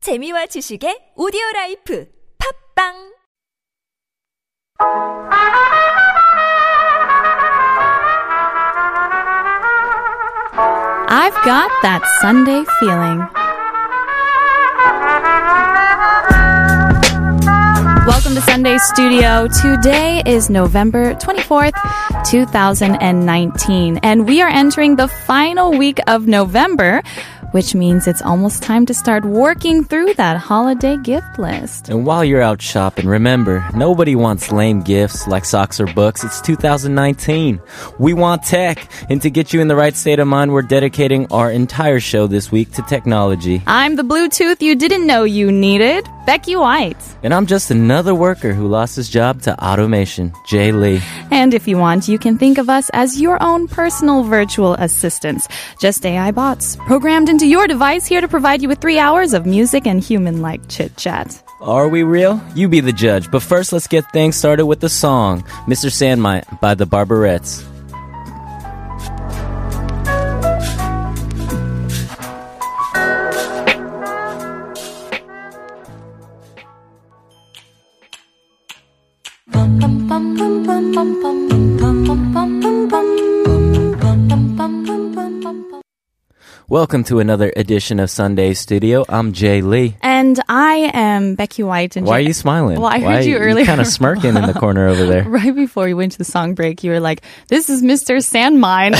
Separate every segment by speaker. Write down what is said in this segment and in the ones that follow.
Speaker 1: 재미와 지식의 오디오 라이프 팝빵
Speaker 2: I've got that Sunday feeling. Welcome to Sunday Studio. Today is November 24th, 2019, and we are entering the final week of November, which means it's almost time to start working through that holiday gift list.
Speaker 3: And while you're out shopping, remember, nobody wants lame gifts like socks or books. It's 2019. We want tech. And to get you in the right state of mind, we're dedicating our entire show this week to technology.
Speaker 2: I'm the Bluetooth you didn't know you needed, Becky White.
Speaker 3: And I'm just another worker who lost his job to automation. Jay Lee.
Speaker 2: And if you want, you can think of us as your own personal virtual assistants. Just AI bots, programmed into your device here to provide you with three hours of music and human like chit chat.
Speaker 3: Are we real? You be the judge. But first, let's get things started with the song Mr. Sandmite by the Barbarettes. Welcome to another edition of Sunday Studio. I'm Jay Lee.
Speaker 2: And I am Becky White. And
Speaker 3: Why are
Speaker 2: J-
Speaker 3: you smiling?
Speaker 2: Well, I
Speaker 3: Why
Speaker 2: heard you
Speaker 3: are
Speaker 2: earlier.
Speaker 3: kind of smirking in the corner over there.
Speaker 2: Right before we went to the song break, you were like, "This is Mr. Sandmine." I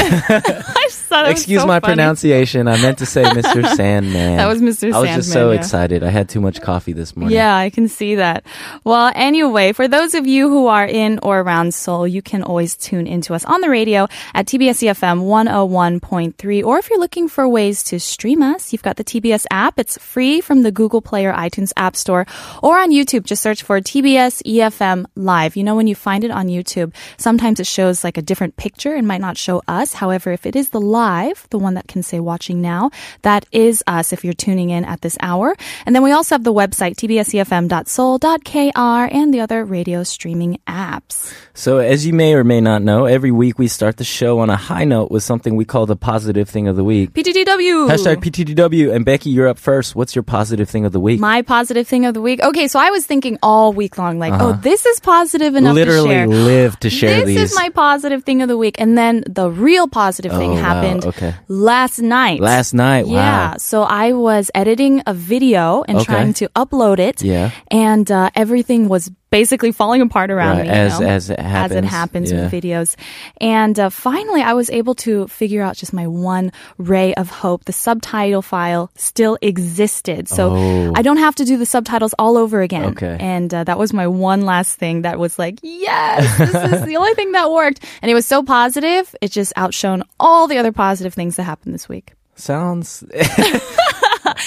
Speaker 2: just thought it was
Speaker 3: Excuse
Speaker 2: so
Speaker 3: my
Speaker 2: funny.
Speaker 3: pronunciation. I meant to say Mr. Sandman.
Speaker 2: That was Mr.
Speaker 3: I was just so
Speaker 2: Sandman, yeah.
Speaker 3: excited. I had too much coffee this morning.
Speaker 2: Yeah, I can see that. Well, anyway, for those of you who are in or around Seoul, you can always tune into us on the radio at TBS EFM 101.3. Or if you're looking for ways to stream us, you've got the TBS app. It's free from the Google Play or iTunes App Store or on YouTube. Just search for TBS EFM E Live. You know, when you find it on YouTube, sometimes it shows like a different picture and might not show us. However, if it is the live, the one that can say watching now, that is us if you're tuning in at this hour. And then we also have the website tbsefm.soul.kr and the other radio streaming apps.
Speaker 3: So, as you may or may not know, every week we start the show on a high note with something we call the positive thing of the week.
Speaker 2: PTTW.
Speaker 3: Hashtag PTDW. And Becky, you're up first. What's your positive thing of the week?
Speaker 2: my positive thing of the week. Okay, so I was thinking all week long, like, oh, this is positive enough to
Speaker 3: Uh-huh. Literally
Speaker 2: share.
Speaker 3: live to share
Speaker 2: this
Speaker 3: these.
Speaker 2: is my positive thing of the week. And then the real positive thing
Speaker 3: Oh, wow.
Speaker 2: happened
Speaker 3: Okay.
Speaker 2: last night.
Speaker 3: Last night.
Speaker 2: Yeah.
Speaker 3: Wow.
Speaker 2: So I was editing a video and
Speaker 3: Okay.
Speaker 2: trying to upload it.
Speaker 3: Yeah.
Speaker 2: And uh, everything was basically falling apart around
Speaker 3: Right,
Speaker 2: me.
Speaker 3: as-
Speaker 2: you know,
Speaker 3: as it
Speaker 2: As it
Speaker 3: happens.
Speaker 2: happens
Speaker 3: Yeah.
Speaker 2: with videos. And uh, finally, I was able to figure out just my one ray of hope. The subtitle file still existed. So
Speaker 3: Oh.
Speaker 2: I don't have to do the subtitles all over again.
Speaker 3: Okay.
Speaker 2: And uh, that was my one last thing that was like, yes, this is the only thing that worked. And it was so positive. It just outshone all the other positive things that happened this week.
Speaker 3: Sounds.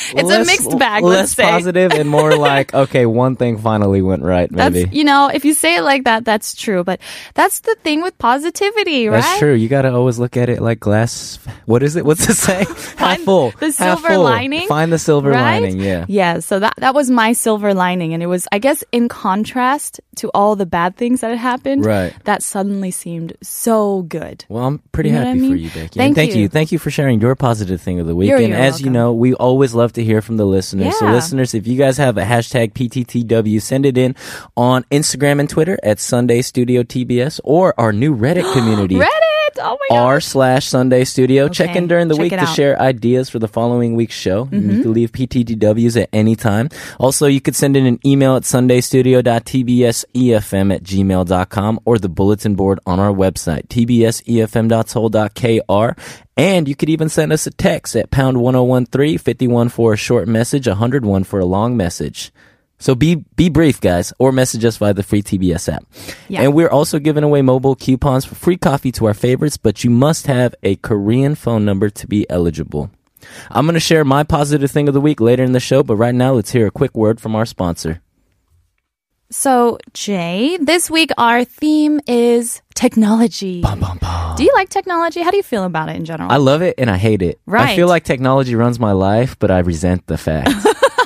Speaker 2: It's a mixed bag, let's
Speaker 3: Less
Speaker 2: say.
Speaker 3: positive and more like, okay, one thing finally went right, maybe.
Speaker 2: That's you know, if you say it like that, that's true. But that's the thing with positivity, right?
Speaker 3: That's true. You gotta always look at it like glass. What is it? What's it say? half
Speaker 2: Find
Speaker 3: full.
Speaker 2: the
Speaker 3: half
Speaker 2: silver
Speaker 3: full.
Speaker 2: lining,
Speaker 3: Find the silver
Speaker 2: right?
Speaker 3: lining. Yeah.
Speaker 2: Yeah. So that that was my silver lining, and it was, I guess, in contrast to all the bad things that had happened.
Speaker 3: Right.
Speaker 2: That suddenly seemed so good.
Speaker 3: Well, I'm pretty
Speaker 2: You know what
Speaker 3: happy
Speaker 2: I
Speaker 3: for
Speaker 2: mean?
Speaker 3: you, Becky.
Speaker 2: Thank
Speaker 3: and thank
Speaker 2: you.
Speaker 3: you. Thank you for sharing your positive thing of the week.
Speaker 2: You're-
Speaker 3: and
Speaker 2: you're
Speaker 3: as you
Speaker 2: welcome.
Speaker 3: know, we always love to hear from the listeners. So
Speaker 2: Yeah.
Speaker 3: listeners, if you guys have a hashtag PTTW, send it in on Instagram and Twitter at Sunday Studio TBS or our new Reddit community.
Speaker 2: Reddit. Oh my god.
Speaker 3: r slash Sunday Studio. Check
Speaker 2: Okay,
Speaker 3: in during the
Speaker 2: check
Speaker 3: week
Speaker 2: it
Speaker 3: to
Speaker 2: out. Mm-hmm.
Speaker 3: share ideas for the following week's show. And You can leave PTTWs at any time. Also, you could send in an email at sundaystudio.tbsefm E at gmail.com or the bulletin board on our website, E tbsefm.soul.kr. And you could even send us a text at pound 1013, 51 for a short message, 101 for a long message. So be be brief, guys, or message us via the free TBS app.
Speaker 2: Yeah.
Speaker 3: And we're also giving away mobile coupons for free coffee to our favorites, but you must have a Korean phone number to be eligible. I'm going to share my positive thing of the week later in the show, but right now let's hear a quick word from our sponsor.
Speaker 2: So Jay, this week our theme is technology. Do you like technology? How do you feel about it in general?
Speaker 3: I love it and I hate it.
Speaker 2: Right.
Speaker 3: I feel like technology runs my life, but I resent the fact.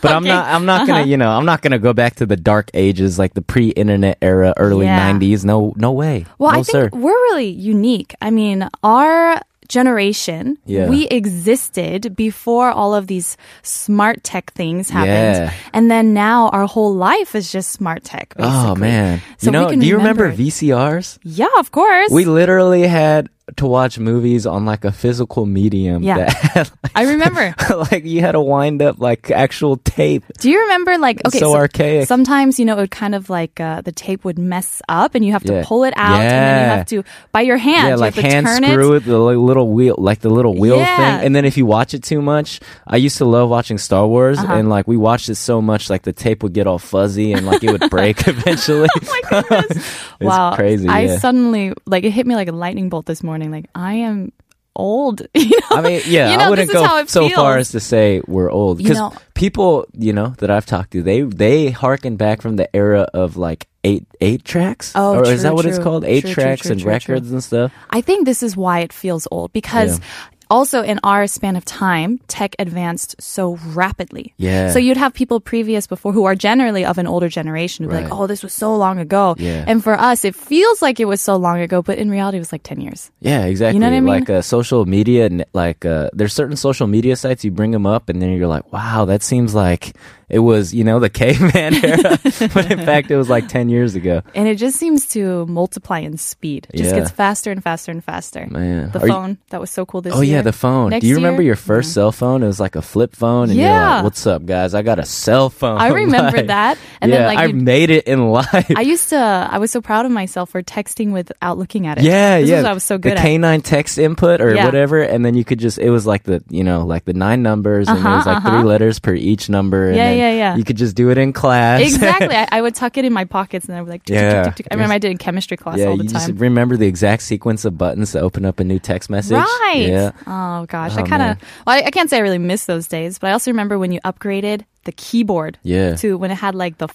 Speaker 3: But I'm not. I'm not
Speaker 2: Uh-huh.
Speaker 3: gonna. You know, I'm not gonna go back to the dark ages, like the pre-internet era, early
Speaker 2: Yeah.
Speaker 3: '90s. No, no way.
Speaker 2: Well,
Speaker 3: no,
Speaker 2: I think
Speaker 3: sir.
Speaker 2: we're really unique. I mean, our generation,
Speaker 3: Yeah.
Speaker 2: we existed before all of these smart tech things happened.
Speaker 3: Yeah.
Speaker 2: And then now our whole life is just smart tech, basically.
Speaker 3: Oh man,
Speaker 2: So
Speaker 3: you know,
Speaker 2: we can
Speaker 3: do you remember,
Speaker 2: remember it.
Speaker 3: VCRs?
Speaker 2: Yeah, of course.
Speaker 3: We literally had to watch movies on like a physical medium.
Speaker 2: Yeah.
Speaker 3: that had,
Speaker 2: I remember.
Speaker 3: like, like you had to wind up like actual tape.
Speaker 2: Do you remember like okay
Speaker 3: So archaic.
Speaker 2: Sometimes you know it would kind of like uh, the tape would mess up and you have to
Speaker 3: Yeah.
Speaker 2: pull it out and then you
Speaker 3: Yeah.
Speaker 2: have to by your hand
Speaker 3: yeah,
Speaker 2: you
Speaker 3: like
Speaker 2: have to
Speaker 3: hand
Speaker 2: turn
Speaker 3: screw
Speaker 2: it.
Speaker 3: it, the li- little wheel, like the little wheel
Speaker 2: Yeah.
Speaker 3: thing. And then if you watch it too much, I used to love watching Star Wars,
Speaker 2: Uh-huh.
Speaker 3: and like we watched it so much, like the tape would get all fuzzy and like it would break eventually.
Speaker 2: Oh
Speaker 3: it's
Speaker 2: wow,
Speaker 3: crazy.
Speaker 2: I
Speaker 3: yeah.
Speaker 2: suddenly like it hit me like a lightning bolt this morning. Like I am old. You know?
Speaker 3: I mean, yeah,
Speaker 2: You know,
Speaker 3: I wouldn't
Speaker 2: this is
Speaker 3: go
Speaker 2: how it
Speaker 3: so far
Speaker 2: feels.
Speaker 3: as to say we're old
Speaker 2: You
Speaker 3: because
Speaker 2: know-
Speaker 3: people, you know, that I've talked to, they they harken back from the era of like eight eight tracks.
Speaker 2: Oh,
Speaker 3: or is
Speaker 2: true,
Speaker 3: that what it's
Speaker 2: true.
Speaker 3: called? Eight
Speaker 2: True, true,
Speaker 3: tracks
Speaker 2: true,
Speaker 3: and
Speaker 2: true, true.
Speaker 3: records and stuff.
Speaker 2: I think this is why it feels old because.
Speaker 3: Yeah.
Speaker 2: Also, in our span of time, tech advanced so rapidly.
Speaker 3: Yeah.
Speaker 2: So you'd have people previous before who are generally of an older generation who'd be like,
Speaker 3: Right.
Speaker 2: "Oh, this was so long ago."
Speaker 3: Yeah.
Speaker 2: And for us, it feels like it was so long ago, but in reality, it was like ten years.
Speaker 3: Yeah, exactly.
Speaker 2: what I mean?
Speaker 3: Like uh, social media, n- like uh, there's certain social media sites you bring them up, and then you're like, wow, that seems like it was, you know, the caveman era, but in fact, it was like ten years ago.
Speaker 2: And it just seems to multiply in speed. It just
Speaker 3: Yeah.
Speaker 2: gets faster and faster and faster.
Speaker 3: Man.
Speaker 2: The
Speaker 3: Are you-
Speaker 2: phone. that was so cool this
Speaker 3: Oh
Speaker 2: year.
Speaker 3: yeah, the phone.
Speaker 2: Next
Speaker 3: Do you remember
Speaker 2: year?
Speaker 3: your first cell phone? It was like a flip phone, and you're
Speaker 2: Yeah.
Speaker 3: like, "What's up, guys? I got a cell phone."
Speaker 2: I remember
Speaker 3: Like,
Speaker 2: that. And
Speaker 3: Oh yeah,
Speaker 2: then like
Speaker 3: I
Speaker 2: you'd-
Speaker 3: made it in life.
Speaker 2: I used to I was so proud of myself for texting without looking at it.
Speaker 3: yeah,
Speaker 2: this Is
Speaker 3: yeah.
Speaker 2: what I was so good
Speaker 3: the
Speaker 2: at.
Speaker 3: canine text input or
Speaker 2: Yeah.
Speaker 3: whatever, and then you could just it was like the you know like the nine numbers, and it was like three letters per each number. And
Speaker 2: Uh-huh, Yeah,
Speaker 3: then
Speaker 2: yeah, yeah.
Speaker 3: You could just do it in class.
Speaker 2: Exactly. I, I would tuck it in my pockets and I would like tick, tick,
Speaker 3: Yeah.
Speaker 2: tick, tick. I remember I did in chemistry class
Speaker 3: yeah,
Speaker 2: all the
Speaker 3: you just
Speaker 2: time.
Speaker 3: remember the exact sequence of buttons to open up a new text message.
Speaker 2: Right.
Speaker 3: Yeah.
Speaker 2: Oh gosh, I
Speaker 3: Oh,
Speaker 2: kind of.
Speaker 3: man.
Speaker 2: Well, I, I can't say I really miss those days, but I also remember when you upgraded the keyboard.
Speaker 3: Yeah.
Speaker 2: To when it had like the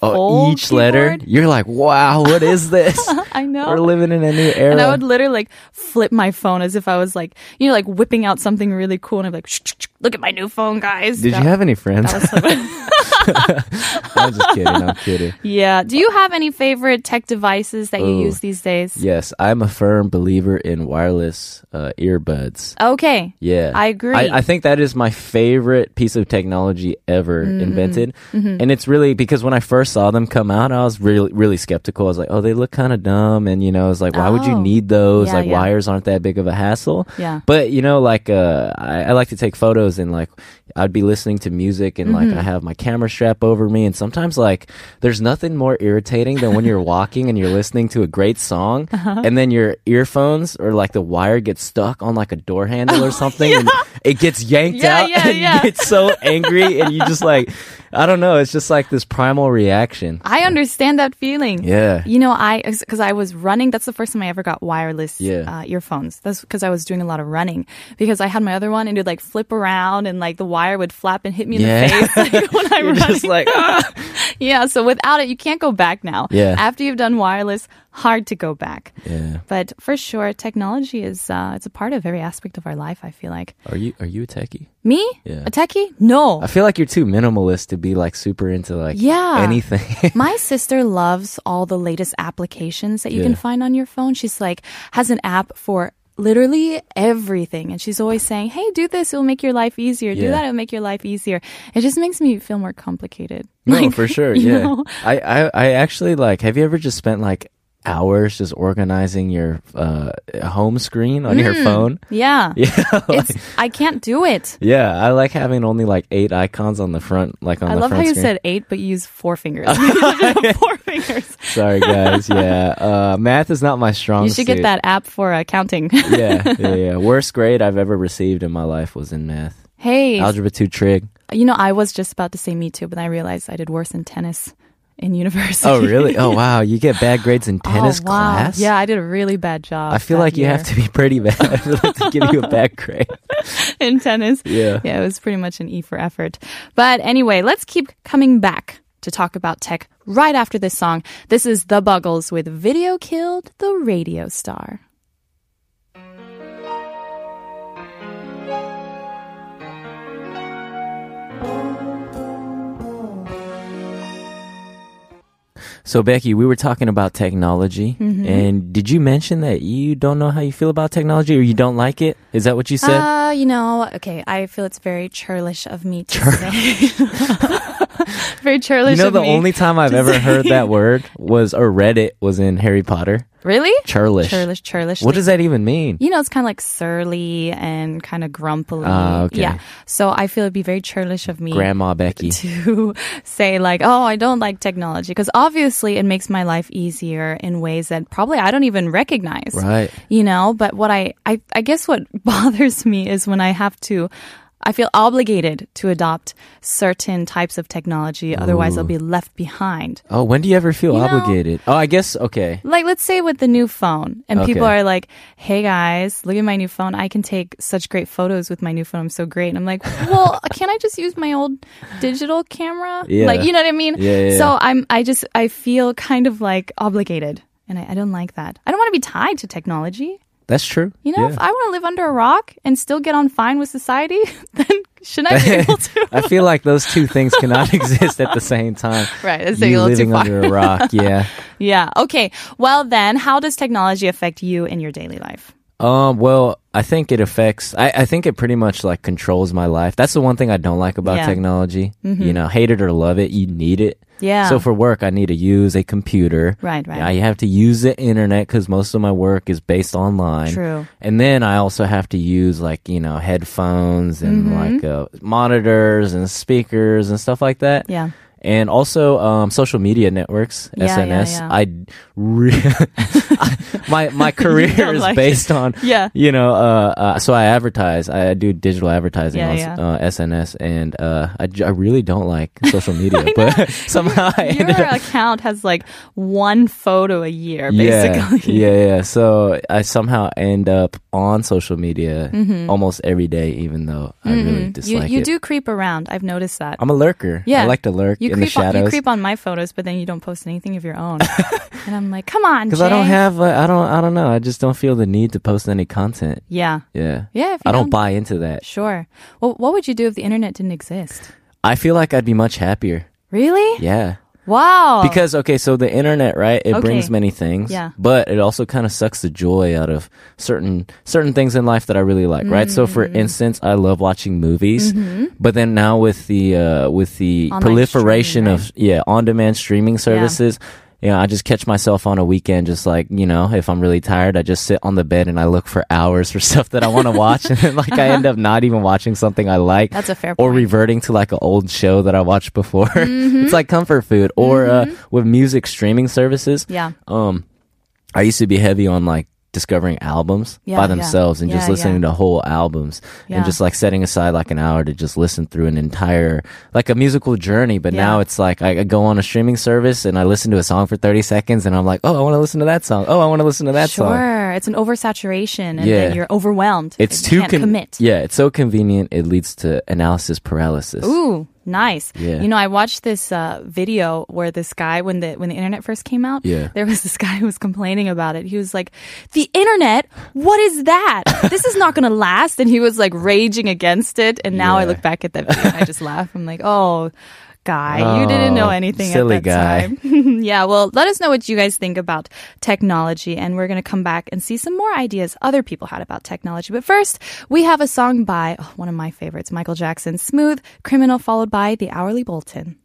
Speaker 2: full
Speaker 3: Oh, each letter,
Speaker 2: keyboard.
Speaker 3: you're like, wow, what is this?
Speaker 2: I know.
Speaker 3: We're living in a new era.
Speaker 2: And I would literally like flip my phone as if I was like, you know, like whipping out something really cool, and I'd be like, shh, shh, shh, "Look at my new phone, guys."
Speaker 3: Did
Speaker 2: That-
Speaker 3: you have any friends?
Speaker 2: that was so-
Speaker 3: I'm just kidding. I'm kidding.
Speaker 2: yeah. Do you have any favorite tech devices that you
Speaker 3: Ooh.
Speaker 2: use these days?
Speaker 3: Yes, I'm a firm believer in wireless uh, earbuds.
Speaker 2: Okay.
Speaker 3: Yeah.
Speaker 2: I agree.
Speaker 3: I, think that is my favorite piece of technology ever
Speaker 2: Mm-hmm.
Speaker 3: invented. And it's really because when I first saw them come out, I was really, really skeptical. I was like, oh, they look kind of dumb. And, you know, it's like, why would you
Speaker 2: Oh.
Speaker 3: need those?
Speaker 2: Yeah,
Speaker 3: like,
Speaker 2: yeah.
Speaker 3: wires aren't that big of a hassle.
Speaker 2: Yeah.
Speaker 3: But, you know, like, uh, I, I like to take photos and, like, I'd be listening to music and,
Speaker 2: Mm-hmm.
Speaker 3: like, I have my camera strap over me. And sometimes, like, there's nothing more irritating than when you're walking and you're listening to a great song
Speaker 2: Uh-huh.
Speaker 3: and then your earphones or, like, the wire gets stuck on, like, a door handle or something. And it gets yanked
Speaker 2: Yeah,
Speaker 3: out.
Speaker 2: yeah,
Speaker 3: and
Speaker 2: yeah.
Speaker 3: You get so angry and you just, like, I don't know. It's just, like, this primal reaction.
Speaker 2: I understand that feeling.
Speaker 3: Yeah.
Speaker 2: You know, I because I was running. That's the first time I ever got wireless
Speaker 3: Yeah.
Speaker 2: uh, earphones. That's because I was doing a lot of running. Because I had my other one and it would like flip around and like the wire would flap and hit me in
Speaker 3: Yeah.
Speaker 2: the face like, when I
Speaker 3: You're
Speaker 2: was
Speaker 3: just like, "Ah."
Speaker 2: yeah. So without it, you can't go back now.
Speaker 3: Yeah.
Speaker 2: After you've done wireless, hard to go back.
Speaker 3: yeah.
Speaker 2: But for sure, technology is uh, it's a part of every aspect of our life. I feel like
Speaker 3: Are you, are you a techie?
Speaker 2: me,
Speaker 3: Yeah.
Speaker 2: a techie, no.
Speaker 3: I feel like you're too minimalist to be like super into like
Speaker 2: Yeah.
Speaker 3: anything.
Speaker 2: My sister loves all the latest applications that you can
Speaker 3: Yeah.
Speaker 2: find on your phone. She's like, has an app for literally everything. And she's always saying, hey, do this, it'll make your life easier. Do
Speaker 3: Yeah.
Speaker 2: that, it'll make your life easier. It just makes me feel more complicated.
Speaker 3: no,
Speaker 2: Like,
Speaker 3: for sure.
Speaker 2: you
Speaker 3: Yeah.
Speaker 2: know?
Speaker 3: I, I I actually like have you ever just spent like hours just organizing your uh home screen on
Speaker 2: Mm.
Speaker 3: your phone?
Speaker 2: Yeah.
Speaker 3: Yeah.
Speaker 2: It's, I can't do it.
Speaker 3: yeah, I like having only like eight icons on the front like on
Speaker 2: I
Speaker 3: the
Speaker 2: love how
Speaker 3: front
Speaker 2: you said
Speaker 3: screen.
Speaker 2: eight, but you use four fingers. four fingers.
Speaker 3: Sorry guys. Yeah. Uh math is not my strong
Speaker 2: You should get
Speaker 3: suit.
Speaker 2: that app for uh, counting.
Speaker 3: yeah, yeah, yeah. Worst grade I've ever received in my life was in math.
Speaker 2: hey,
Speaker 3: Algebra 2 trig.
Speaker 2: you know, I was just about to say me too, but I realized I did worse in tennis in university.
Speaker 3: Oh, really? Oh, wow. You get bad grades in tennis
Speaker 2: Oh, wow.
Speaker 3: class?
Speaker 2: Yeah, I did a really bad job.
Speaker 3: I feel
Speaker 2: that
Speaker 3: like you have
Speaker 2: year
Speaker 3: to be pretty bad for them to give you a bad grade.
Speaker 2: in tennis.
Speaker 3: Yeah.
Speaker 2: Yeah, it was pretty much an E for effort. But anyway, let's keep coming back to talk about tech right after this song. This is The Buggles with Video Killed the Radio Star.
Speaker 3: So Becky, we were talking about technology,
Speaker 2: Mm-hmm.
Speaker 3: and did you mention that you don't know how you feel about technology or you don't like it? Is that what you said?
Speaker 2: Uh, you know, okay, I feel it's very churlish of me to say. very
Speaker 3: you
Speaker 2: churlish
Speaker 3: know,
Speaker 2: of
Speaker 3: the
Speaker 2: me.
Speaker 3: only time I've ever heard that word was or read it was in Harry Potter.
Speaker 2: Really?
Speaker 3: Churlish.
Speaker 2: Churlish, churlish.
Speaker 3: What does that even mean?
Speaker 2: you know, it's kind of like surly and kind of grumpily.
Speaker 3: Ah, okay.
Speaker 2: Yeah. So I feel it'd be very churlish of me
Speaker 3: Grandma Becky.
Speaker 2: to say like, oh, I don't like technology because obviously it makes my life easier in ways that probably I don't even recognize.
Speaker 3: Right.
Speaker 2: You know, but what I, I, I guess what bothers me is when I have to, I feel obligated to adopt certain types of technology. Otherwise I'll be left behind.
Speaker 3: Oh, when do you ever feel
Speaker 2: You know-
Speaker 3: obligated? oh, I guess okay.
Speaker 2: Like, let's say with the new phone, and people
Speaker 3: Okay.
Speaker 2: are like, hey guys, look at my new phone. I can take such great photos with my new phone. I'm so great. And I'm like, well, can I just use my old digital camera?
Speaker 3: Yeah.
Speaker 2: Like, you know what I mean?
Speaker 3: Yeah, yeah,
Speaker 2: So I'm, I just, I feel kind of like obligated. And I, I don't like that. I don't want to be tied to technology.
Speaker 3: That's true.
Speaker 2: You know, if I want to live under a rock and still get on fine with society, then shouldn't I be able to?
Speaker 3: I feel like those two things cannot exist at the same time.
Speaker 2: Right, it's taking
Speaker 3: you
Speaker 2: a little
Speaker 3: living
Speaker 2: too far.
Speaker 3: under a rock. Yeah.
Speaker 2: yeah. Okay. Well, then, how does technology affect you in your daily life?
Speaker 3: Um, well, I think it affects, I, I think it pretty much like controls my life. That's the one thing I don't like about
Speaker 2: Yeah. Mm-hmm.
Speaker 3: technology. You know, hate it or love it, you need it.
Speaker 2: Yeah.
Speaker 3: So for work, I need to use a computer.
Speaker 2: Right, right.
Speaker 3: I have to use the internet because most of my work is based online.
Speaker 2: True.
Speaker 3: And then I also have to use like, you know, headphones
Speaker 2: Mm-hmm.
Speaker 3: and like uh, monitors and speakers and stuff like that.
Speaker 2: Yeah.
Speaker 3: And also um, social media networks,
Speaker 2: Yeah, yeah,
Speaker 3: SNS.
Speaker 2: yeah.
Speaker 3: I re- my my career
Speaker 2: don't
Speaker 3: is
Speaker 2: like it.
Speaker 3: based on
Speaker 2: Yeah.
Speaker 3: you know uh, uh so i advertise i do digital advertising
Speaker 2: Yeah,
Speaker 3: on
Speaker 2: yeah.
Speaker 3: Uh, sns and uh I, j- I really don't like social media but somehow I
Speaker 2: Your
Speaker 3: ended up
Speaker 2: account has like one photo a year,
Speaker 3: yeah,
Speaker 2: basically.
Speaker 3: yeah, yeah. So I somehow end up on social media almost every day, even though I really
Speaker 2: Mm-hmm. You,
Speaker 3: dislike
Speaker 2: you
Speaker 3: it.
Speaker 2: do creep around. I've noticed that.
Speaker 3: I'm a lurker. I like to lurk
Speaker 2: you
Speaker 3: in
Speaker 2: creep On, you
Speaker 3: the shadows
Speaker 2: creep on my photos, but then you don't post anything of your own. and I'm like, come on,
Speaker 3: because I don't
Speaker 2: Jay.
Speaker 3: have. Like, I don't. I don't know. I just don't feel the need to post any content.
Speaker 2: Yeah.
Speaker 3: Yeah.
Speaker 2: Yeah, if you
Speaker 3: I don't
Speaker 2: don't-
Speaker 3: buy into that.
Speaker 2: Sure. Well, what would you do if the internet didn't exist?
Speaker 3: I feel like I'd be much happier.
Speaker 2: Really?
Speaker 3: Yeah.
Speaker 2: Wow.
Speaker 3: Because okay, so the internet, right? It
Speaker 2: Okay.
Speaker 3: brings many things,
Speaker 2: Yeah.
Speaker 3: but it also kind of sucks the joy out of certain certain things in life that I really like, right? So, for
Speaker 2: Mm.
Speaker 3: instance, I love watching movies, but then now with the uh, with the
Speaker 2: Mm-hmm. Online
Speaker 3: proliferation
Speaker 2: streaming,
Speaker 3: of yeah on demand streaming services. You know, I just catch myself on a weekend, just like you know, if I'm really tired, I just sit on the bed and I look for hours for stuff that I want to watch, and then like I end up not even watching something I like.
Speaker 2: That's a fair
Speaker 3: Or
Speaker 2: point.
Speaker 3: reverting to like an old show that I watched before.
Speaker 2: Mm-hmm.
Speaker 3: it's like comfort food. Or uh, with music streaming services,
Speaker 2: yeah.
Speaker 3: um, I used to be heavy on like discovering albums
Speaker 2: Yeah,
Speaker 3: by
Speaker 2: yeah.
Speaker 3: themselves and just
Speaker 2: Yeah,
Speaker 3: listening to whole albums
Speaker 2: Yeah.
Speaker 3: and just like setting aside like an hour to just listen through an entire like a musical journey. But
Speaker 2: Yeah.
Speaker 3: now it's like I, I go on a streaming service and I listen to a song for thirty seconds and I'm like, oh, I want to listen to that song. Oh, I want to listen to that song.
Speaker 2: sure. It's an oversaturation, and
Speaker 3: Yeah.
Speaker 2: then you're overwhelmed.
Speaker 3: It's
Speaker 2: you
Speaker 3: too
Speaker 2: can't
Speaker 3: con-
Speaker 2: commit.
Speaker 3: Yeah, it's so convenient. It leads to analysis paralysis.
Speaker 2: Ooh, nice.
Speaker 3: Yeah.
Speaker 2: You know, I watched this uh, video where this guy, when the when the internet first came out,
Speaker 3: Yeah.
Speaker 2: there was this guy who was complaining about it. He was like, "The internet, what is that? this is not going to last." And he was like raging against it. And now I
Speaker 3: Yeah.
Speaker 2: look back at that video, and I just laugh. I'm like, "Oh." Guy, you didn't know
Speaker 3: Oh,
Speaker 2: anything at
Speaker 3: silly
Speaker 2: that
Speaker 3: guy.
Speaker 2: time. yeah, well, let us know what you guys think about technology, and we're going to come back and see some more ideas other people had about technology. But first, we have a song by oh, one of my favorites, Michael Jackson, "Smooth Criminal," followed by the Hourly Bulletin.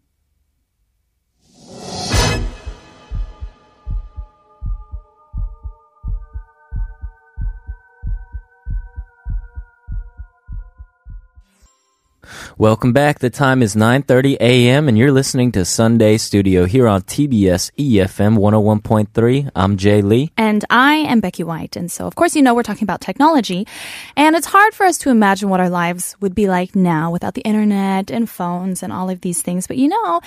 Speaker 3: Welcome back. The time is 9:30 a.m. and you're listening to Sunday Studio here on TBS EFM 101.3. I'm Jay Lee.
Speaker 2: And I am Becky White. And so, of course, you know, we're talking about technology. And it's hard for us to imagine what our lives would be like now without the internet and phones and all of these things. But you know,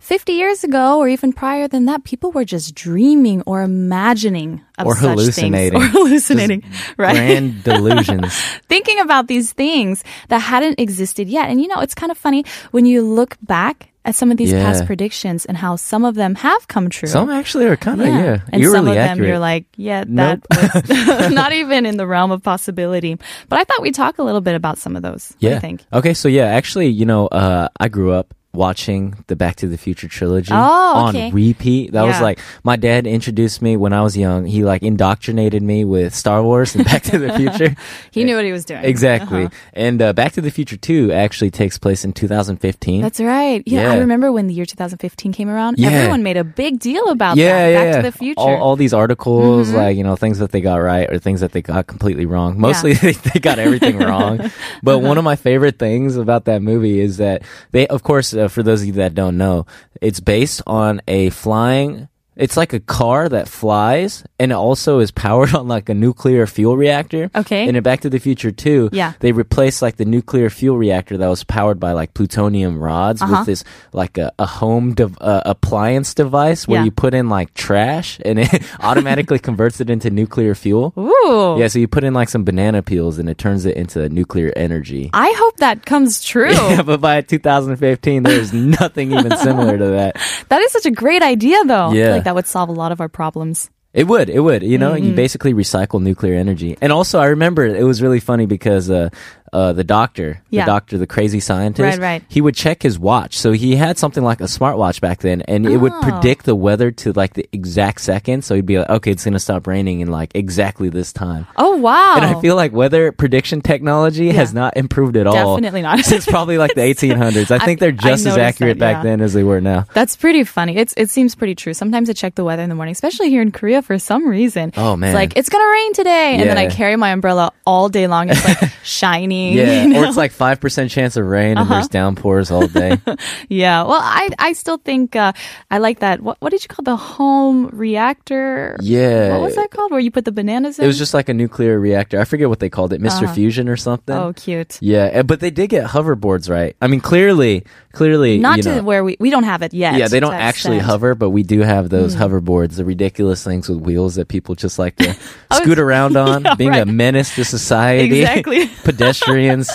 Speaker 2: 50 years ago or even prior than that, people were just dreaming or imagining of
Speaker 3: Or
Speaker 2: such
Speaker 3: hallucinating.
Speaker 2: things. Or hallucinating. right.
Speaker 3: Grand delusions.
Speaker 2: Thinking about these things that hadn't existed yet. And you know, it's kind of funny when you look back at some of these
Speaker 3: Yeah.
Speaker 2: past predictions and how some of them have come true.
Speaker 3: Some actually are kind of yeah.
Speaker 2: And
Speaker 3: you're
Speaker 2: some
Speaker 3: really
Speaker 2: of them
Speaker 3: accurate.
Speaker 2: you're like, yeah, that
Speaker 3: Nope.
Speaker 2: was not even in the realm of possibility. But I thought we'd talk a little bit about some of those. What do
Speaker 3: yeah.
Speaker 2: you think?
Speaker 3: Okay, so yeah, actually, you know, uh, I grew up watching the Back to the Future trilogy
Speaker 2: Oh, okay.
Speaker 3: on repeat. That was
Speaker 2: Yeah.
Speaker 3: like my dad introduced me when I was young. He like indoctrinated me with Star Wars and Back to the Future.
Speaker 2: He knew what he was doing.
Speaker 3: Exactly. And uh, Back to the Future 2 actually takes place in 2015.
Speaker 2: That's right. Yeah, I
Speaker 3: Yeah.
Speaker 2: remember when the year 2015 came around,
Speaker 3: Yeah.
Speaker 2: everyone made a big deal about
Speaker 3: yeah,
Speaker 2: that.
Speaker 3: yeah,
Speaker 2: Back
Speaker 3: yeah.
Speaker 2: to the Future. Mm-hmm.
Speaker 3: All, all these articles, like you know, things that they got right or things that they got completely wrong. Mostly, they, they got everything wrong. But
Speaker 2: Uh-huh.
Speaker 3: one of my favorite things about that movie is that they, of course, uh, for those of you that don't know, it's based on a flying. It's like a car that flies and it also is powered on like a nuclear fuel reactor.
Speaker 2: Okay.
Speaker 3: And in Back to the Future 2,
Speaker 2: Yeah.
Speaker 3: they replaced like the nuclear fuel reactor that was powered by like plutonium rods with this like a, a home de- uh, appliance device where
Speaker 2: Yeah.
Speaker 3: you put in like trash and it automatically converts it into nuclear fuel.
Speaker 2: Ooh.
Speaker 3: Yeah, so you put in like some banana peels and it turns it into nuclear energy.
Speaker 2: I hope that comes true.
Speaker 3: Yeah, but by 2015, there's nothing even similar to that.
Speaker 2: That is such a great idea, though. I feel
Speaker 3: Yeah.
Speaker 2: like that would solve a lot of our problems.
Speaker 3: It would, it would. You know,
Speaker 2: Mm-hmm.
Speaker 3: you basically recycle nuclear energy. And also, I remember it was really funny because uh, uh, the doctor,
Speaker 2: Yeah.
Speaker 3: the doctor, the crazy scientist,
Speaker 2: Right, right.
Speaker 3: he would check his watch. So he had something like a smartwatch back then, and it would
Speaker 2: Oh.
Speaker 3: predict the weather to like the exact second. So he'd be like, okay, it's going to stop raining in like exactly this time.
Speaker 2: Oh, wow.
Speaker 3: And I feel like weather prediction technology has not improved at all.
Speaker 2: Definitely not.
Speaker 3: Since probably like the 1800s. I think they're just as
Speaker 2: noticed
Speaker 3: accurate
Speaker 2: that,
Speaker 3: back
Speaker 2: yeah.
Speaker 3: then as they were now.
Speaker 2: That's pretty funny. It's it seems pretty true. Sometimes I check the weather in the morning, especially here in Korea for some reason.
Speaker 3: Oh, man.
Speaker 2: It's like it's gonna rain today. And then I
Speaker 3: Yeah.
Speaker 2: carry my umbrella all day long. It's like shiny.
Speaker 3: Yeah,
Speaker 2: you know? Uh-huh.
Speaker 3: or it's like 5% chance of rain and there's downpours all day.
Speaker 2: Yeah. Well I I still think uh, I like that what what did you call the home reactor?
Speaker 3: Yeah.
Speaker 2: What was that called? Where you put the bananas in?
Speaker 3: It was just like a nuclear reactor. I forget what they called it, mister Fusion or something.
Speaker 2: Uh-huh. Oh cute.
Speaker 3: Yeah, eh, but they did get hoverboards right. I mean, clearly, clearly,
Speaker 2: Not
Speaker 3: you
Speaker 2: to
Speaker 3: know,
Speaker 2: where we we don't have it yet.
Speaker 3: yeah, they
Speaker 2: to
Speaker 3: don't
Speaker 2: that
Speaker 3: actually
Speaker 2: extent. Hmm.
Speaker 3: hover, but we do have those hoverboards, the ridiculous things with wheels that people just like to
Speaker 2: was-
Speaker 3: scoot around on,
Speaker 2: Yeah,
Speaker 3: being a
Speaker 2: right.
Speaker 3: menace to society,
Speaker 2: Exactly.
Speaker 3: pedestrians.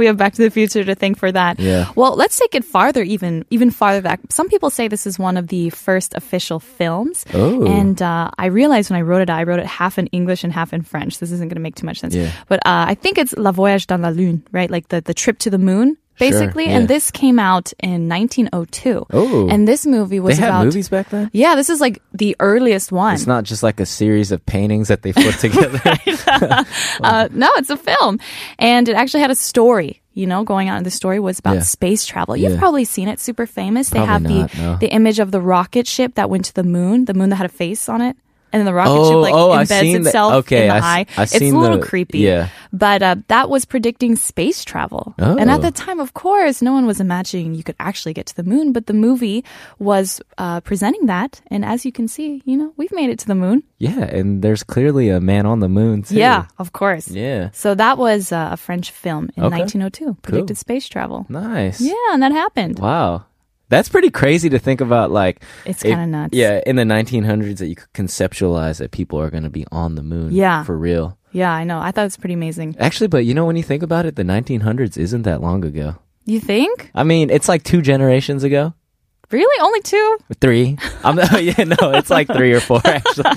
Speaker 2: we have Back to the Future to thank for that.
Speaker 3: Yeah.
Speaker 2: Well, let's take it farther, even even farther back. Some people say this is one of the first official films.
Speaker 3: Oh.
Speaker 2: And uh, I realized when I wrote it, I wrote it half in English and half in French. This isn't going to make too much sense.
Speaker 3: Yeah.
Speaker 2: But uh, I think it's La Voyage dans la Lune, right? Like the, the trip to the moon.
Speaker 3: Sure,
Speaker 2: Basically,
Speaker 3: yeah.
Speaker 2: and this came out in 1902.
Speaker 3: Oh.
Speaker 2: and this movie
Speaker 3: They
Speaker 2: was
Speaker 3: had
Speaker 2: about
Speaker 3: movies back then.
Speaker 2: yeah, this is like the earliest one.
Speaker 3: It's not just like a series of paintings that they put together.
Speaker 2: Uh, no, it's a film. And it actually had a story, you know, going on. The story was about
Speaker 3: Yeah.
Speaker 2: space travel. You've
Speaker 3: Yeah.
Speaker 2: probably seen it, super famous. They
Speaker 3: Probably
Speaker 2: have the,
Speaker 3: not, no.
Speaker 2: the image of the rocket ship that went to the moon, the moon that had a face on it. And then the rocket ship
Speaker 3: Oh,
Speaker 2: like
Speaker 3: oh, I've
Speaker 2: embeds
Speaker 3: seen that.
Speaker 2: itself in
Speaker 3: Okay,
Speaker 2: the
Speaker 3: I s-
Speaker 2: eye.
Speaker 3: I've
Speaker 2: it's a
Speaker 3: seen
Speaker 2: little
Speaker 3: the-
Speaker 2: creepy.
Speaker 3: yeah.
Speaker 2: But uh, that was predicting space travel. And at
Speaker 3: Oh.
Speaker 2: the time, of course, no one was imagining you could actually get to the moon. But the movie was uh, presenting that. And as you can see, you know, we've made it to the moon.
Speaker 3: yeah, and there's clearly a man on the moon too.
Speaker 2: Yeah, of course.
Speaker 3: yeah,
Speaker 2: So that was uh, a French film in
Speaker 3: Okay.
Speaker 2: 1902, predicted space travel.
Speaker 3: nice.
Speaker 2: Yeah, and that happened.
Speaker 3: Wow. That's pretty crazy to think about. Like,
Speaker 2: It's
Speaker 3: if-
Speaker 2: kinda nuts.
Speaker 3: Yeah, in the 1900s, that you could conceptualize that people are going to be on the moon.
Speaker 2: Yeah.
Speaker 3: for real.
Speaker 2: Yeah, I know. I thought it was pretty amazing.
Speaker 3: Actually, but you know, when you think about it, the 1900s isn't that long ago.
Speaker 2: You think?
Speaker 3: I mean, it's like two generations ago.
Speaker 2: Really? Only two?
Speaker 3: Three. I'm, oh, yeah, no, it's like three or four actually.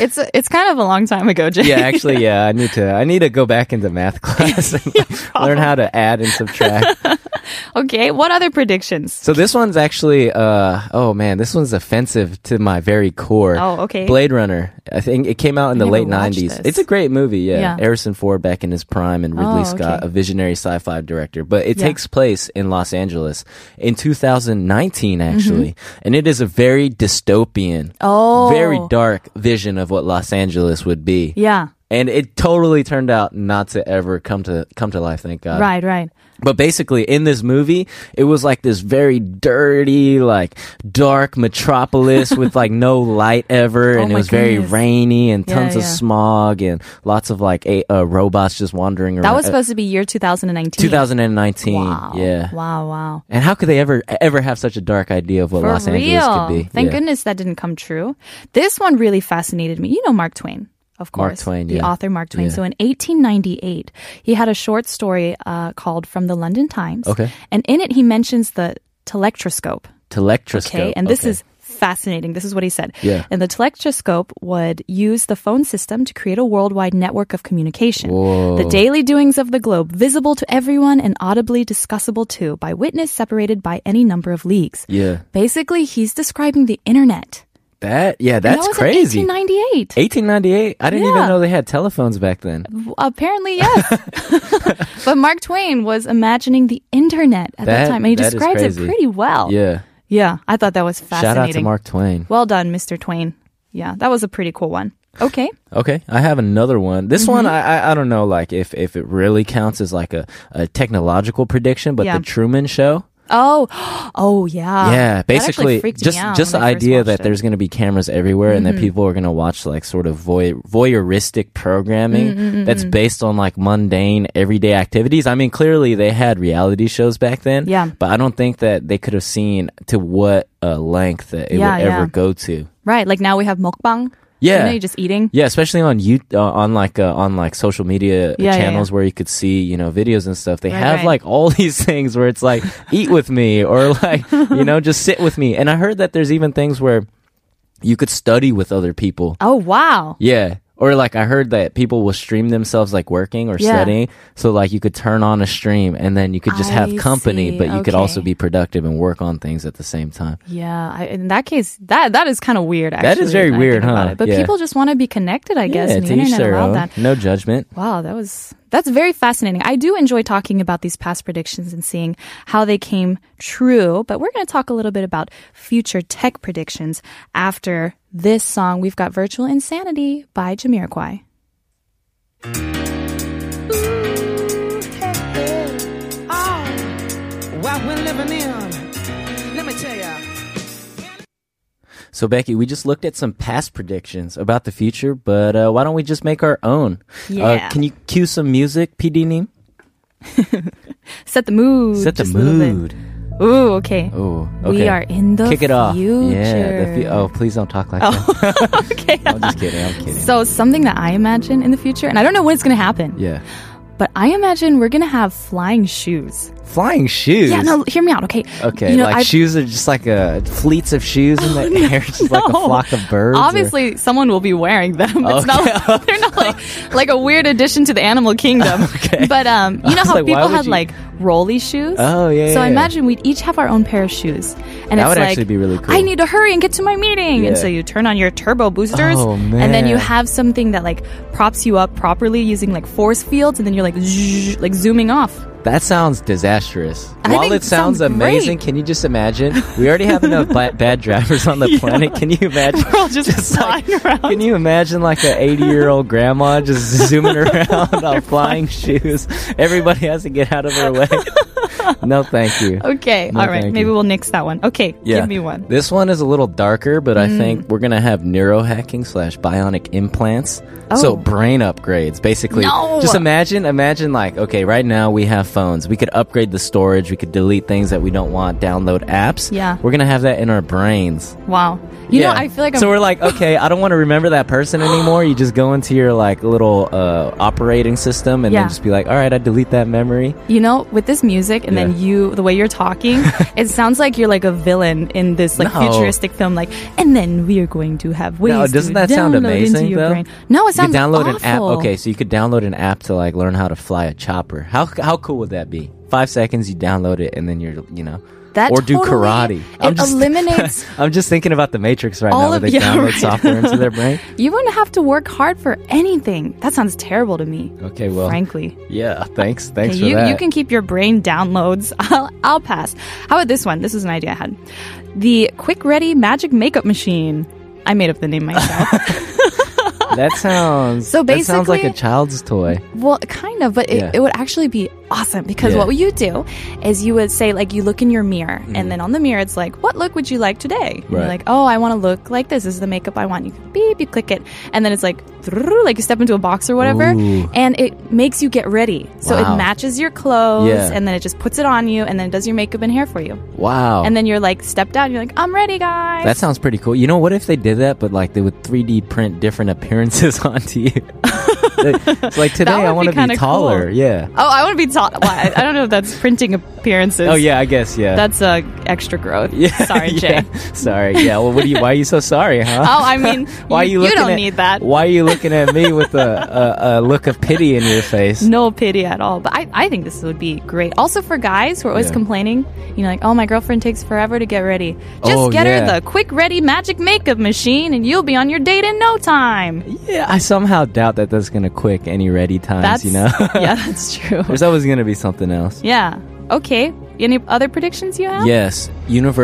Speaker 2: It's it's kind of a long time ago, Jay.
Speaker 3: Yeah, actually, yeah. I need to. I need to go back into math class and learn how to add and subtract.
Speaker 2: okay, what other predictions?
Speaker 3: So this one's actually, uh, oh man, this one's offensive to my very core.
Speaker 2: Oh, okay.
Speaker 3: Blade Runner. I think it came out in
Speaker 2: I
Speaker 3: the
Speaker 2: never
Speaker 3: late
Speaker 2: watched
Speaker 3: '90s.
Speaker 2: this.
Speaker 3: It's a great movie. Yeah.
Speaker 2: Yeah.
Speaker 3: Harrison Ford back in his prime, and Ridley
Speaker 2: Oh,
Speaker 3: Scott,
Speaker 2: okay.
Speaker 3: a visionary sci-fi director. But it
Speaker 2: Yeah.
Speaker 3: takes place in Los Angeles in 2019, actually, and it is a very dystopian,
Speaker 2: Mm-hmm. Oh.
Speaker 3: very dark vision of what Los Angeles would be.
Speaker 2: Yeah.
Speaker 3: And it totally turned out not to ever come to come to life. Thank God.
Speaker 2: Right, right.
Speaker 3: But basically, in this movie, it was like this very dirty, like dark metropolis with like no light ever,
Speaker 2: Oh
Speaker 3: and it
Speaker 2: my
Speaker 3: was very
Speaker 2: goodness.
Speaker 3: rainy and
Speaker 2: Yeah,
Speaker 3: tons of
Speaker 2: yeah.
Speaker 3: smog and lots of like a, uh, robots just wandering around.
Speaker 2: That was
Speaker 3: Uh,
Speaker 2: supposed to be year 2019.
Speaker 3: 2019.
Speaker 2: Wow.
Speaker 3: Yeah.
Speaker 2: Wow, wow.
Speaker 3: And how could they ever e-, ever have such a dark idea of what
Speaker 2: For
Speaker 3: Los
Speaker 2: real.
Speaker 3: Angeles could be?
Speaker 2: Thank
Speaker 3: Yeah.
Speaker 2: goodness that didn't come true. This one really fascinated me. You know Mark Twain, of
Speaker 3: Mark
Speaker 2: course.
Speaker 3: Twain,
Speaker 2: the
Speaker 3: yeah.
Speaker 2: author Mark Twain.
Speaker 3: Yeah.
Speaker 2: So in 1898, he had a short story uh, called From the London Times.
Speaker 3: Okay.
Speaker 2: And in it, he mentions the telectroscope.
Speaker 3: Telectroscope.
Speaker 2: Okay. And this
Speaker 3: Okay.
Speaker 2: is fascinating. This is what he said.
Speaker 3: Yeah.
Speaker 2: And the telectroscope would use the phone system to create a worldwide network of communication. The daily doings of the globe, visible to everyone and audibly discussable too, by witness separated by any number of leagues.
Speaker 3: Yeah.
Speaker 2: Basically, he's describing the internet.
Speaker 3: That
Speaker 2: And
Speaker 3: yeah, that's
Speaker 2: that was in
Speaker 3: crazy.
Speaker 2: 1898.
Speaker 3: 1898. I didn't even
Speaker 2: Yeah.
Speaker 3: know they had telephones back then.
Speaker 2: Apparently, yes. but Mark Twain was imagining the internet at that,
Speaker 3: That-
Speaker 2: time, and he
Speaker 3: that is
Speaker 2: describes it
Speaker 3: crazy.
Speaker 2: pretty well.
Speaker 3: Yeah.
Speaker 2: Yeah, I thought that was fascinating.
Speaker 3: Shout out to Mark Twain.
Speaker 2: Well done, Mr. Twain. Yeah, that was a pretty cool one. Okay.
Speaker 3: Okay, I have another one. This one,
Speaker 2: Mm-hmm.
Speaker 3: I, I I don't know, like if if it really counts as like a, a technological prediction, but
Speaker 2: Yeah.
Speaker 3: the Truman Show.
Speaker 2: Oh, oh yeah.
Speaker 3: yeah,
Speaker 2: That actually
Speaker 3: basically
Speaker 2: freaked me
Speaker 3: just
Speaker 2: out
Speaker 3: just the
Speaker 2: when I first
Speaker 3: idea
Speaker 2: watched it.
Speaker 3: that
Speaker 2: Mm-hmm.
Speaker 3: there's going to be cameras everywhere and that people are going to watch like sort of voy- voyeuristic programming
Speaker 2: Mm-hmm,
Speaker 3: that's based on like mundane everyday activities. I mean, clearly they had reality shows back then,
Speaker 2: Yeah.
Speaker 3: but I don't think that they could have seen to what uh, length that it
Speaker 2: Yeah,
Speaker 3: would ever
Speaker 2: yeah.
Speaker 3: go to.
Speaker 2: right. Like now we have mukbang. you
Speaker 3: Yeah.
Speaker 2: know, you're just eating.
Speaker 3: Yeah, especially on you uh, on like uh, on like social media
Speaker 2: Yeah, yeah,
Speaker 3: channels where you could see you know videos and stuff. They
Speaker 2: Right,
Speaker 3: have
Speaker 2: right.
Speaker 3: like all these things where it's like eat with me or like you know just sit with me. And I heard that there's even things where you could study with other people.
Speaker 2: Oh wow.
Speaker 3: Yeah. Or like I heard that people will stream themselves like working or
Speaker 2: Yeah.
Speaker 3: studying, so like you could turn on a stream and then you could just have
Speaker 2: I
Speaker 3: company,
Speaker 2: see.
Speaker 3: but you could also
Speaker 2: Okay.
Speaker 3: be productive and work on things at the same time.
Speaker 2: Yeah. I, in that case, that that is kind of weird. Actually,
Speaker 3: That is very
Speaker 2: when I
Speaker 3: weird,
Speaker 2: think about
Speaker 3: huh?
Speaker 2: it. But
Speaker 3: Yeah.
Speaker 2: people just want to be connected, I guess.
Speaker 3: yeah,
Speaker 2: and the
Speaker 3: to each
Speaker 2: internet
Speaker 3: their
Speaker 2: allowed
Speaker 3: own.
Speaker 2: that.
Speaker 3: No judgment.
Speaker 2: Wow, that was that's very fascinating. I do enjoy talking about these past predictions and seeing how they came true, but we're going to talk a little bit about future tech predictions after this song. We've got Virtual Insanity by Jamiroquai.
Speaker 4: What we're living in. Let me tell ya.
Speaker 3: So, Becky, we just looked at some past predictions about the future, but uh, why don't we just make our own?
Speaker 2: Yeah.
Speaker 3: Uh, can you cue some music, PD Neem?
Speaker 2: Set the mood.
Speaker 3: Set the
Speaker 2: just a little bit.
Speaker 3: mood.
Speaker 2: Ooh, okay.
Speaker 3: Oh, okay.
Speaker 2: We are in the
Speaker 3: Kick it off.
Speaker 2: future.
Speaker 3: Yeah. The fu- oh, please don't talk like that.
Speaker 2: okay.
Speaker 3: I'm just kidding. I'm kidding.
Speaker 2: So something that I imagine in the future, and I don't know when it's going to happen,
Speaker 3: yeah.
Speaker 2: but I imagine we're going to have flying shoes.
Speaker 3: Flying shoes.
Speaker 2: Yeah, no, hear me out. Okay.
Speaker 3: Okay,
Speaker 2: You know,
Speaker 3: like
Speaker 2: I've-
Speaker 3: shoes are just like a fleets of shoes in the air, just like a
Speaker 2: No.
Speaker 3: flock of birds. or-
Speaker 2: Obviously, someone will be wearing them. It's not like, they're not like like a weird addition to the animal kingdom.
Speaker 3: Okay.
Speaker 2: But um, you know
Speaker 3: was
Speaker 2: how
Speaker 3: like, why
Speaker 2: people
Speaker 3: would
Speaker 2: had
Speaker 3: you-
Speaker 2: like rolly shoes.
Speaker 3: Oh,
Speaker 2: So
Speaker 3: yeah, yeah, yeah.
Speaker 2: imagine we'd each have our own pair of shoes, and
Speaker 3: That
Speaker 2: it's like
Speaker 3: would actually be really cool.
Speaker 2: I need to hurry and get to my meeting, and
Speaker 3: Yeah.
Speaker 2: so you turn on your turbo boosters,
Speaker 3: Oh,
Speaker 2: and then you
Speaker 3: man.
Speaker 2: have something that like props you up properly using like force fields, and then you're like zzz, like zooming off.
Speaker 3: That sounds disastrous.
Speaker 2: I
Speaker 3: While
Speaker 2: think
Speaker 3: it
Speaker 2: it
Speaker 3: sounds,
Speaker 2: sounds
Speaker 3: amazing,
Speaker 2: great.
Speaker 3: can you just imagine? We already have enough ba- bad drivers on the planet. Can you imagine?
Speaker 2: We're all just flying around.
Speaker 3: Can you imagine like an 80 year old grandma just zooming around on flying shoes? Everybody has to get out of her way. no, thank you.
Speaker 2: Okay,
Speaker 3: No,
Speaker 2: all right,
Speaker 3: thank
Speaker 2: maybe
Speaker 3: you.
Speaker 2: we'll nix that one. Okay,
Speaker 3: Yeah.
Speaker 2: give me one. Mm.
Speaker 3: This one is a little darker, but I think we're gonna have neurohacking slash bionic implants. So
Speaker 2: Oh.
Speaker 3: brain upgrades, basically.
Speaker 2: No!
Speaker 3: Just imagine, imagine like, okay, right now we have phones. We could upgrade the storage. We could delete things that we don't want. Download apps.
Speaker 2: Yeah.
Speaker 3: We're gonna have that in our brains.
Speaker 2: Wow, you know
Speaker 3: Yeah.
Speaker 2: I feel like I'm
Speaker 3: so we're like, okay, I don't want to remember that person anymore. You just go into your like little uh, operating system and
Speaker 2: Yeah.
Speaker 3: then just be like, all right, I delete that memory.
Speaker 2: You know, with this music and then
Speaker 3: Yeah.
Speaker 2: you, the way you're talking, it sounds like you're like a villain in this like
Speaker 3: No.
Speaker 2: futuristic film. Like, and then we are going to have ways.
Speaker 3: No, doesn't
Speaker 2: to
Speaker 3: that sound
Speaker 2: download
Speaker 3: amazing
Speaker 2: Into your
Speaker 3: though?
Speaker 2: brain. No, it
Speaker 3: You could
Speaker 2: sounds
Speaker 3: download
Speaker 2: awful.
Speaker 3: an app. Okay, so you could download an app to like learn how to fly a chopper. How how cool would that be? Five seconds, you download it, and then you're you know.
Speaker 2: That
Speaker 3: or do
Speaker 2: totally-
Speaker 3: karate.
Speaker 2: It eliminates.
Speaker 3: I'm just thinking about the Matrix right
Speaker 2: All
Speaker 3: now, where
Speaker 2: of-
Speaker 3: they
Speaker 2: yeah,
Speaker 3: download
Speaker 2: right.
Speaker 3: software into their brain.
Speaker 2: you wouldn't have to work hard for anything. That sounds terrible to me.
Speaker 3: Okay, well,
Speaker 2: frankly,
Speaker 3: yeah. Thanks, thanks
Speaker 2: Okay,
Speaker 3: for
Speaker 2: you,
Speaker 3: that.
Speaker 2: you can keep your brain downloads. I'll, I'll pass. How about this one? This is an idea I had. The quick ready magic makeup machine. I made up the name myself.
Speaker 3: that sounds
Speaker 2: So
Speaker 3: that sounds like a
Speaker 2: basically-
Speaker 3: child's toy.
Speaker 2: Well, kind of, but it,
Speaker 3: Yeah.
Speaker 2: it would actually be awesome because
Speaker 3: Yeah.
Speaker 2: what you do is you would say, like, you look in your mirror, and then on the mirror, it's like, what look would you like today? And
Speaker 3: Mm-hmm. Right.
Speaker 2: You're like, oh, I want to look like this. This is the makeup I want. You beep, you click it, and then it's like, "Thrrr," like you step into a box or whatever,
Speaker 3: Ooh.
Speaker 2: and it makes you get ready. So
Speaker 3: Wow.
Speaker 2: it matches your clothes,
Speaker 3: Yeah.
Speaker 2: and then it just puts it on you, and then it does your makeup and hair for you.
Speaker 3: Wow.
Speaker 2: And then you're like, stepped out, and you're like, I'm ready, guys.
Speaker 3: that sounds pretty cool. You know what if they did that, but like they would 3D print different appearances onto you? it's like today I
Speaker 2: would
Speaker 3: want
Speaker 2: be
Speaker 3: to be
Speaker 2: kinda
Speaker 3: taller.
Speaker 2: cool.
Speaker 3: Yeah.
Speaker 2: Oh, I want to be tall. Well, I, I don't know if that's printing appearances.
Speaker 3: Oh yeah, I guess yeah.
Speaker 2: That's uh, extra growth. Sorry,
Speaker 3: yeah.
Speaker 2: Jay.
Speaker 3: Sorry. Yeah. Well, what do you? Why are you so sorry, huh?
Speaker 2: Oh, I mean,
Speaker 3: why
Speaker 2: you,
Speaker 3: are you looking
Speaker 2: don't
Speaker 3: at,
Speaker 2: need that.
Speaker 3: Why are you looking at me with a, a, a look of pity in your face?
Speaker 2: No pity at all. But I, I think this would be great. Also for guys who are always
Speaker 3: Yeah.
Speaker 2: complaining, you know, like, oh, my girlfriend takes forever to get ready. Just
Speaker 3: Oh,
Speaker 2: get
Speaker 3: yeah.
Speaker 2: her the quick ready magic makeup machine and you'll be on your date in no time.
Speaker 3: Yeah, I somehow doubt that that's gonna quick any ready times.
Speaker 2: That's,
Speaker 3: you know,
Speaker 2: yeah, that's true.
Speaker 3: there's always gonna be something else.
Speaker 2: Yeah. Okay. Any other predictions you have?
Speaker 3: Yes,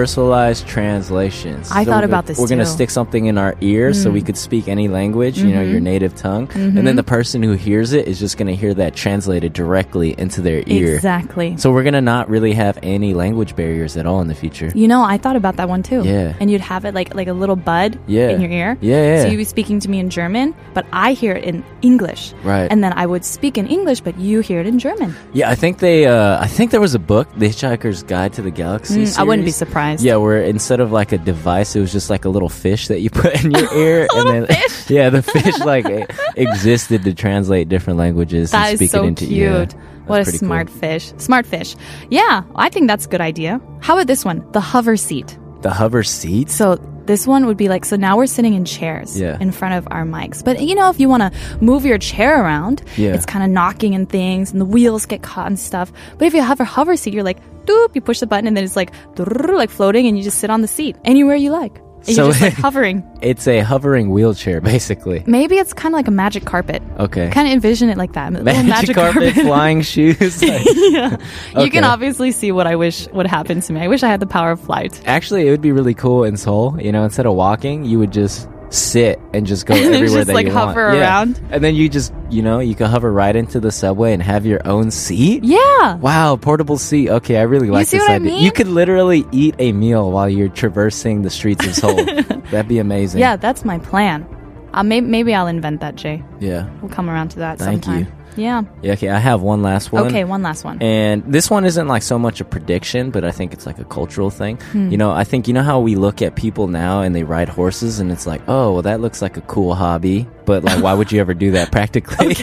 Speaker 3: universalized translations.
Speaker 2: I thought
Speaker 3: we're
Speaker 2: about
Speaker 3: gonna-
Speaker 2: this
Speaker 3: We're gonna
Speaker 2: too. Mm.
Speaker 3: stick something in our ear so we could speak any language, you know,
Speaker 2: Mm-hmm.
Speaker 3: your native tongue, and then the person who hears it is just gonna hear that translated directly into their ear.
Speaker 2: Exactly.
Speaker 3: So we're gonna not really have any language barriers at all in the future.
Speaker 2: You know, I thought about that one too.
Speaker 3: Yeah.
Speaker 2: And you'd have it like like a little bud
Speaker 3: Yeah.
Speaker 2: in your ear.
Speaker 3: Yeah, yeah.
Speaker 2: So you'd be speaking to me in German, but I hear it in English.
Speaker 3: Right.
Speaker 2: And then I would speak in English, but you hear it in German.
Speaker 3: Yeah, I think they. Uh, I think there was a book, The Hitchhiker's Guide to the Galaxy.
Speaker 2: Mm, I wouldn't be
Speaker 3: series.
Speaker 2: surprised.
Speaker 3: Yeah, where instead of like a device, it was just like a little fish that you put in your ear, and then
Speaker 2: fish.
Speaker 3: yeah, the fish like e- existed to translate different languages
Speaker 2: That
Speaker 3: and
Speaker 2: is
Speaker 3: speak
Speaker 2: so
Speaker 3: it into
Speaker 2: cute.
Speaker 3: yeah, that's
Speaker 2: what a
Speaker 3: pretty
Speaker 2: smart fish. Smart fish. Yeah, I think that's a good idea. How about this one? The hover seat.
Speaker 3: Cool. The hover seats.
Speaker 2: So this one would be like so now we're sitting in chairs
Speaker 3: Yeah.
Speaker 2: in front of our mics. But you know if you want to move your chair around,
Speaker 3: Yeah.
Speaker 2: it's kind of knocking and things and the wheels get caught and stuff. But if you have a hover seat, you're like doop, you push the button and then it's like drrrr, like floating and you just sit on the seat anywhere you like. And
Speaker 3: So-
Speaker 2: you're just like hovering.
Speaker 3: It's a hovering wheelchair, basically.
Speaker 2: Maybe it's kind of like a magic carpet.
Speaker 3: Okay.
Speaker 2: Kind of envision it like that. a little
Speaker 3: Magic, carpet, flying shoes. like-
Speaker 2: You can
Speaker 3: Okay.
Speaker 2: obviously see what I wish would happen to me. I wish I had the power of flight.
Speaker 3: Actually, it would be really cool in Seoul. You know, instead of walking, you would just sit and just go
Speaker 2: And then
Speaker 3: everywhere
Speaker 2: just,
Speaker 3: that
Speaker 2: like,
Speaker 3: you
Speaker 2: hover
Speaker 3: want. Yeah.
Speaker 2: around.
Speaker 3: and then you just you know you could hover right into the subway and have your own seat.
Speaker 2: Yeah.
Speaker 3: Wow, portable seat. Okay, I really like
Speaker 2: see
Speaker 3: this
Speaker 2: what I
Speaker 3: idea.
Speaker 2: mean?
Speaker 3: You could literally eat a meal while you're traversing the streets of Seoul. That'd be amazing.
Speaker 2: Yeah, that's my plan. Uh, may- maybe I'll invent that, Jay.
Speaker 3: Yeah.
Speaker 2: We'll come around to that
Speaker 3: Thank
Speaker 2: sometime. Yeah.
Speaker 3: Yeah. Okay, I have one last one.
Speaker 2: okay, one last one.
Speaker 3: And this one isn't like so much a prediction, but I think it's like a cultural thing.
Speaker 2: Hmm.
Speaker 3: You know, I think you know how we look at people now and they ride horses and it's like, oh, well, that looks like a cool hobby, but like, why would you ever do that practically?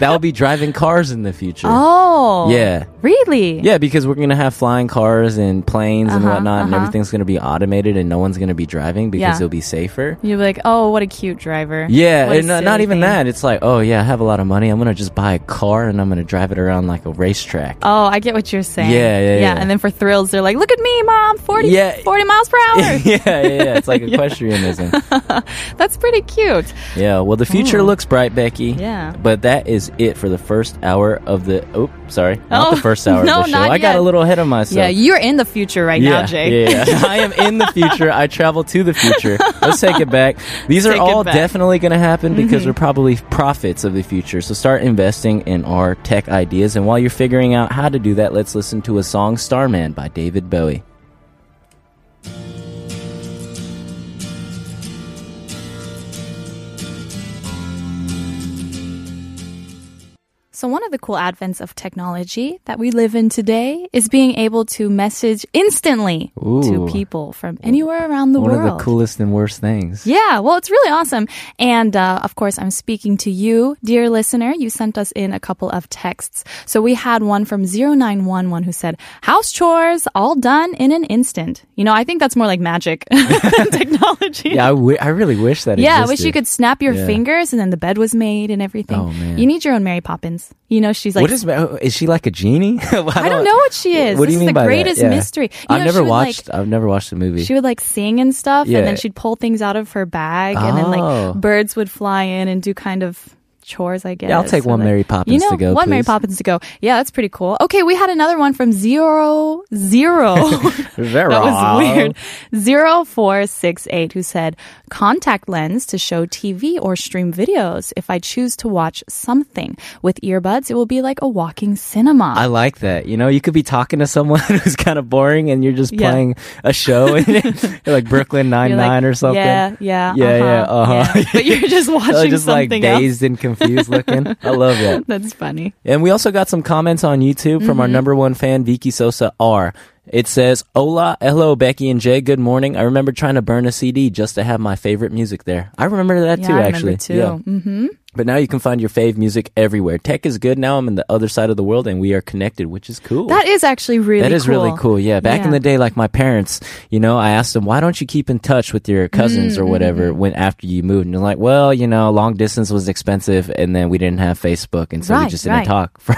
Speaker 3: That'll be driving cars in the future.
Speaker 2: oh.
Speaker 3: Yeah.
Speaker 2: Really?
Speaker 3: Yeah, because we're going to have flying cars and planes and
Speaker 2: Uh-huh,
Speaker 3: whatnot, and
Speaker 2: uh-huh.
Speaker 3: everything's going to be automated and no one's going to be driving because
Speaker 2: Yeah.
Speaker 3: it'll be safer.
Speaker 2: You'd be like, oh, what a cute driver.
Speaker 3: Yeah,
Speaker 2: What a
Speaker 3: and uh, not,
Speaker 2: silly
Speaker 3: not even
Speaker 2: thing.
Speaker 3: that. It's like, oh, yeah, I have a lot of money. I'm going to just buy a car and I'm going to drive it around like a racetrack.
Speaker 2: Oh, I get what you're saying.
Speaker 3: Yeah, yeah, yeah.
Speaker 2: And then for thrills, they're like, look at me, mom, 40,
Speaker 3: Yeah.
Speaker 2: 40 miles per
Speaker 3: yeah,
Speaker 2: hour.
Speaker 3: yeah, yeah. It's like equestrianism.
Speaker 2: That's pretty cute.
Speaker 3: Yeah, well, the future looks bright, Becky.
Speaker 2: Hmm. Yeah.
Speaker 3: But that is it for the first hour of the. Oh, sorry. Not
Speaker 2: Oh,
Speaker 3: the first hour
Speaker 2: no,
Speaker 3: of the show.
Speaker 2: not
Speaker 3: I got
Speaker 2: yet.
Speaker 3: a little ahead of myself.
Speaker 2: yeah, you're in the future right
Speaker 3: yeah,
Speaker 2: now, Jay.
Speaker 3: yeah, yeah. I am in the future. I travel to the future. Let's take it back. These are
Speaker 2: Take it
Speaker 3: all
Speaker 2: back. Mm-hmm.
Speaker 3: definitely going to happen because we're probably prophets of the future. So start investing in our tech ideas. And while you're figuring out how to do that, let's listen to a song, Starman by David Bowie.
Speaker 2: So, one of the cool advents of technology that we live in today is being able to message instantly
Speaker 3: Ooh.
Speaker 2: to people from anywhere around the
Speaker 3: One
Speaker 2: world.
Speaker 3: of the coolest and worst things.
Speaker 2: Yeah, well, it's really awesome. And uh, of course, I'm speaking to you, dear listener. You sent us in a couple of texts. So we had one from 0911 who said, House chores all done in an instant. You know, I think that's more like magic than technology.
Speaker 3: Yeah, I, wi- I really wish that
Speaker 2: Yeah, I
Speaker 3: existed.
Speaker 2: wish you could snap your
Speaker 3: Yeah.
Speaker 2: fingers and then the bed was made and everything.
Speaker 3: Oh, man.
Speaker 2: You need your own Mary Poppins. You know, she's like
Speaker 3: what is Ma- is she like a genie? I, don't,
Speaker 2: I don't know what she is.
Speaker 3: What do
Speaker 2: This is
Speaker 3: you mean
Speaker 2: the
Speaker 3: by that?
Speaker 2: greatest
Speaker 3: Yeah.
Speaker 2: mystery. You
Speaker 3: I've
Speaker 2: know,
Speaker 3: never
Speaker 2: she would, like-
Speaker 3: watched. I've never watched the movie.
Speaker 2: She would like sing and stuff,
Speaker 3: Yeah.
Speaker 2: and then she'd pull things out of her bag, and then
Speaker 3: Oh.
Speaker 2: like birds would fly in and do kind of chores, I guess.
Speaker 3: I'll take
Speaker 2: or,
Speaker 3: one
Speaker 2: like-
Speaker 3: Mary
Speaker 2: You
Speaker 3: Poppins
Speaker 2: know,
Speaker 3: to go,
Speaker 2: one Mary
Speaker 3: please.
Speaker 2: Poppins to go. Yeah, that's pretty cool. Okay, we had another one from zero zero.
Speaker 3: Vera.
Speaker 2: That was weird. 0468 who said, contact lens to show TV or stream videos. If I choose to watch something with earbuds, it will be like a walking cinema.
Speaker 3: I like that. You know, you could be talking to someone who's kind of boring, and you're just
Speaker 2: Yeah.
Speaker 3: playing a show, and like Brooklyn Nine
Speaker 2: You're like,
Speaker 3: Nine or something.
Speaker 2: Yeah, yeah,
Speaker 3: Yeah, yeah, uh-huh.
Speaker 2: yeah." But you're just
Speaker 3: Oh,
Speaker 2: watching
Speaker 3: just like
Speaker 2: something else.
Speaker 3: dazed and confused looking. I love that.
Speaker 2: That's funny.
Speaker 3: And we also got some comments on YouTube from
Speaker 2: Mm-hmm.
Speaker 3: our number one fan, Vicky Sosa R. It says, Hola, hello, Becky and Jay. Good morning. I remember trying to burn a CD just to have my favorite music there. I remember that
Speaker 2: Yeah,
Speaker 3: too,
Speaker 2: I
Speaker 3: actually.
Speaker 2: remember too.
Speaker 3: Yeah.
Speaker 2: hmm
Speaker 3: But now you can find your fave music everywhere. Tech is good. Now I'm in the other side of the world and we are connected, which is cool.
Speaker 2: That is actually really
Speaker 3: That is
Speaker 2: cool.
Speaker 3: really cool. Yeah. Back in
Speaker 2: Yeah.
Speaker 3: the day, like my parents, you know, I asked them, why don't you keep in touch with your cousins or
Speaker 2: Mm.
Speaker 3: whatever when after you moved? And they're like, well, you know, long distance was expensive and then we didn't have Facebook. And so
Speaker 2: Right,
Speaker 3: we just
Speaker 2: right.
Speaker 3: didn't talk for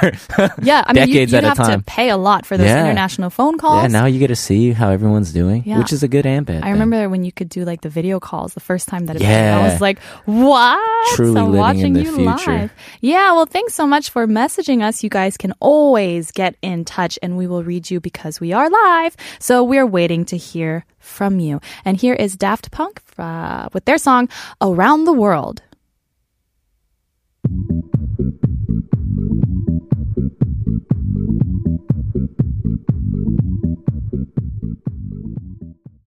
Speaker 2: Yeah, I mean,
Speaker 3: decades
Speaker 2: you,
Speaker 3: at
Speaker 2: you'd
Speaker 3: a
Speaker 2: have to
Speaker 3: time.
Speaker 2: pay a lot for those
Speaker 3: Yeah.
Speaker 2: international phone calls.
Speaker 3: Yeah. Now you get to see how everyone's doing,
Speaker 2: Yeah.
Speaker 3: which is a good and bad.
Speaker 2: I
Speaker 3: thing.
Speaker 2: remember when you could do like the video calls the first time that it
Speaker 3: Yeah.
Speaker 2: I was like, what?
Speaker 3: Truly
Speaker 2: I'm
Speaker 3: living in
Speaker 2: watching
Speaker 3: the
Speaker 2: you
Speaker 3: future.
Speaker 2: live. Yeah, well, thanks so much for messaging us. You guys can always get in touch and we will read you because we are live. So we're waiting to hear from you. And here is Daft Punk uh, with their song Around the World.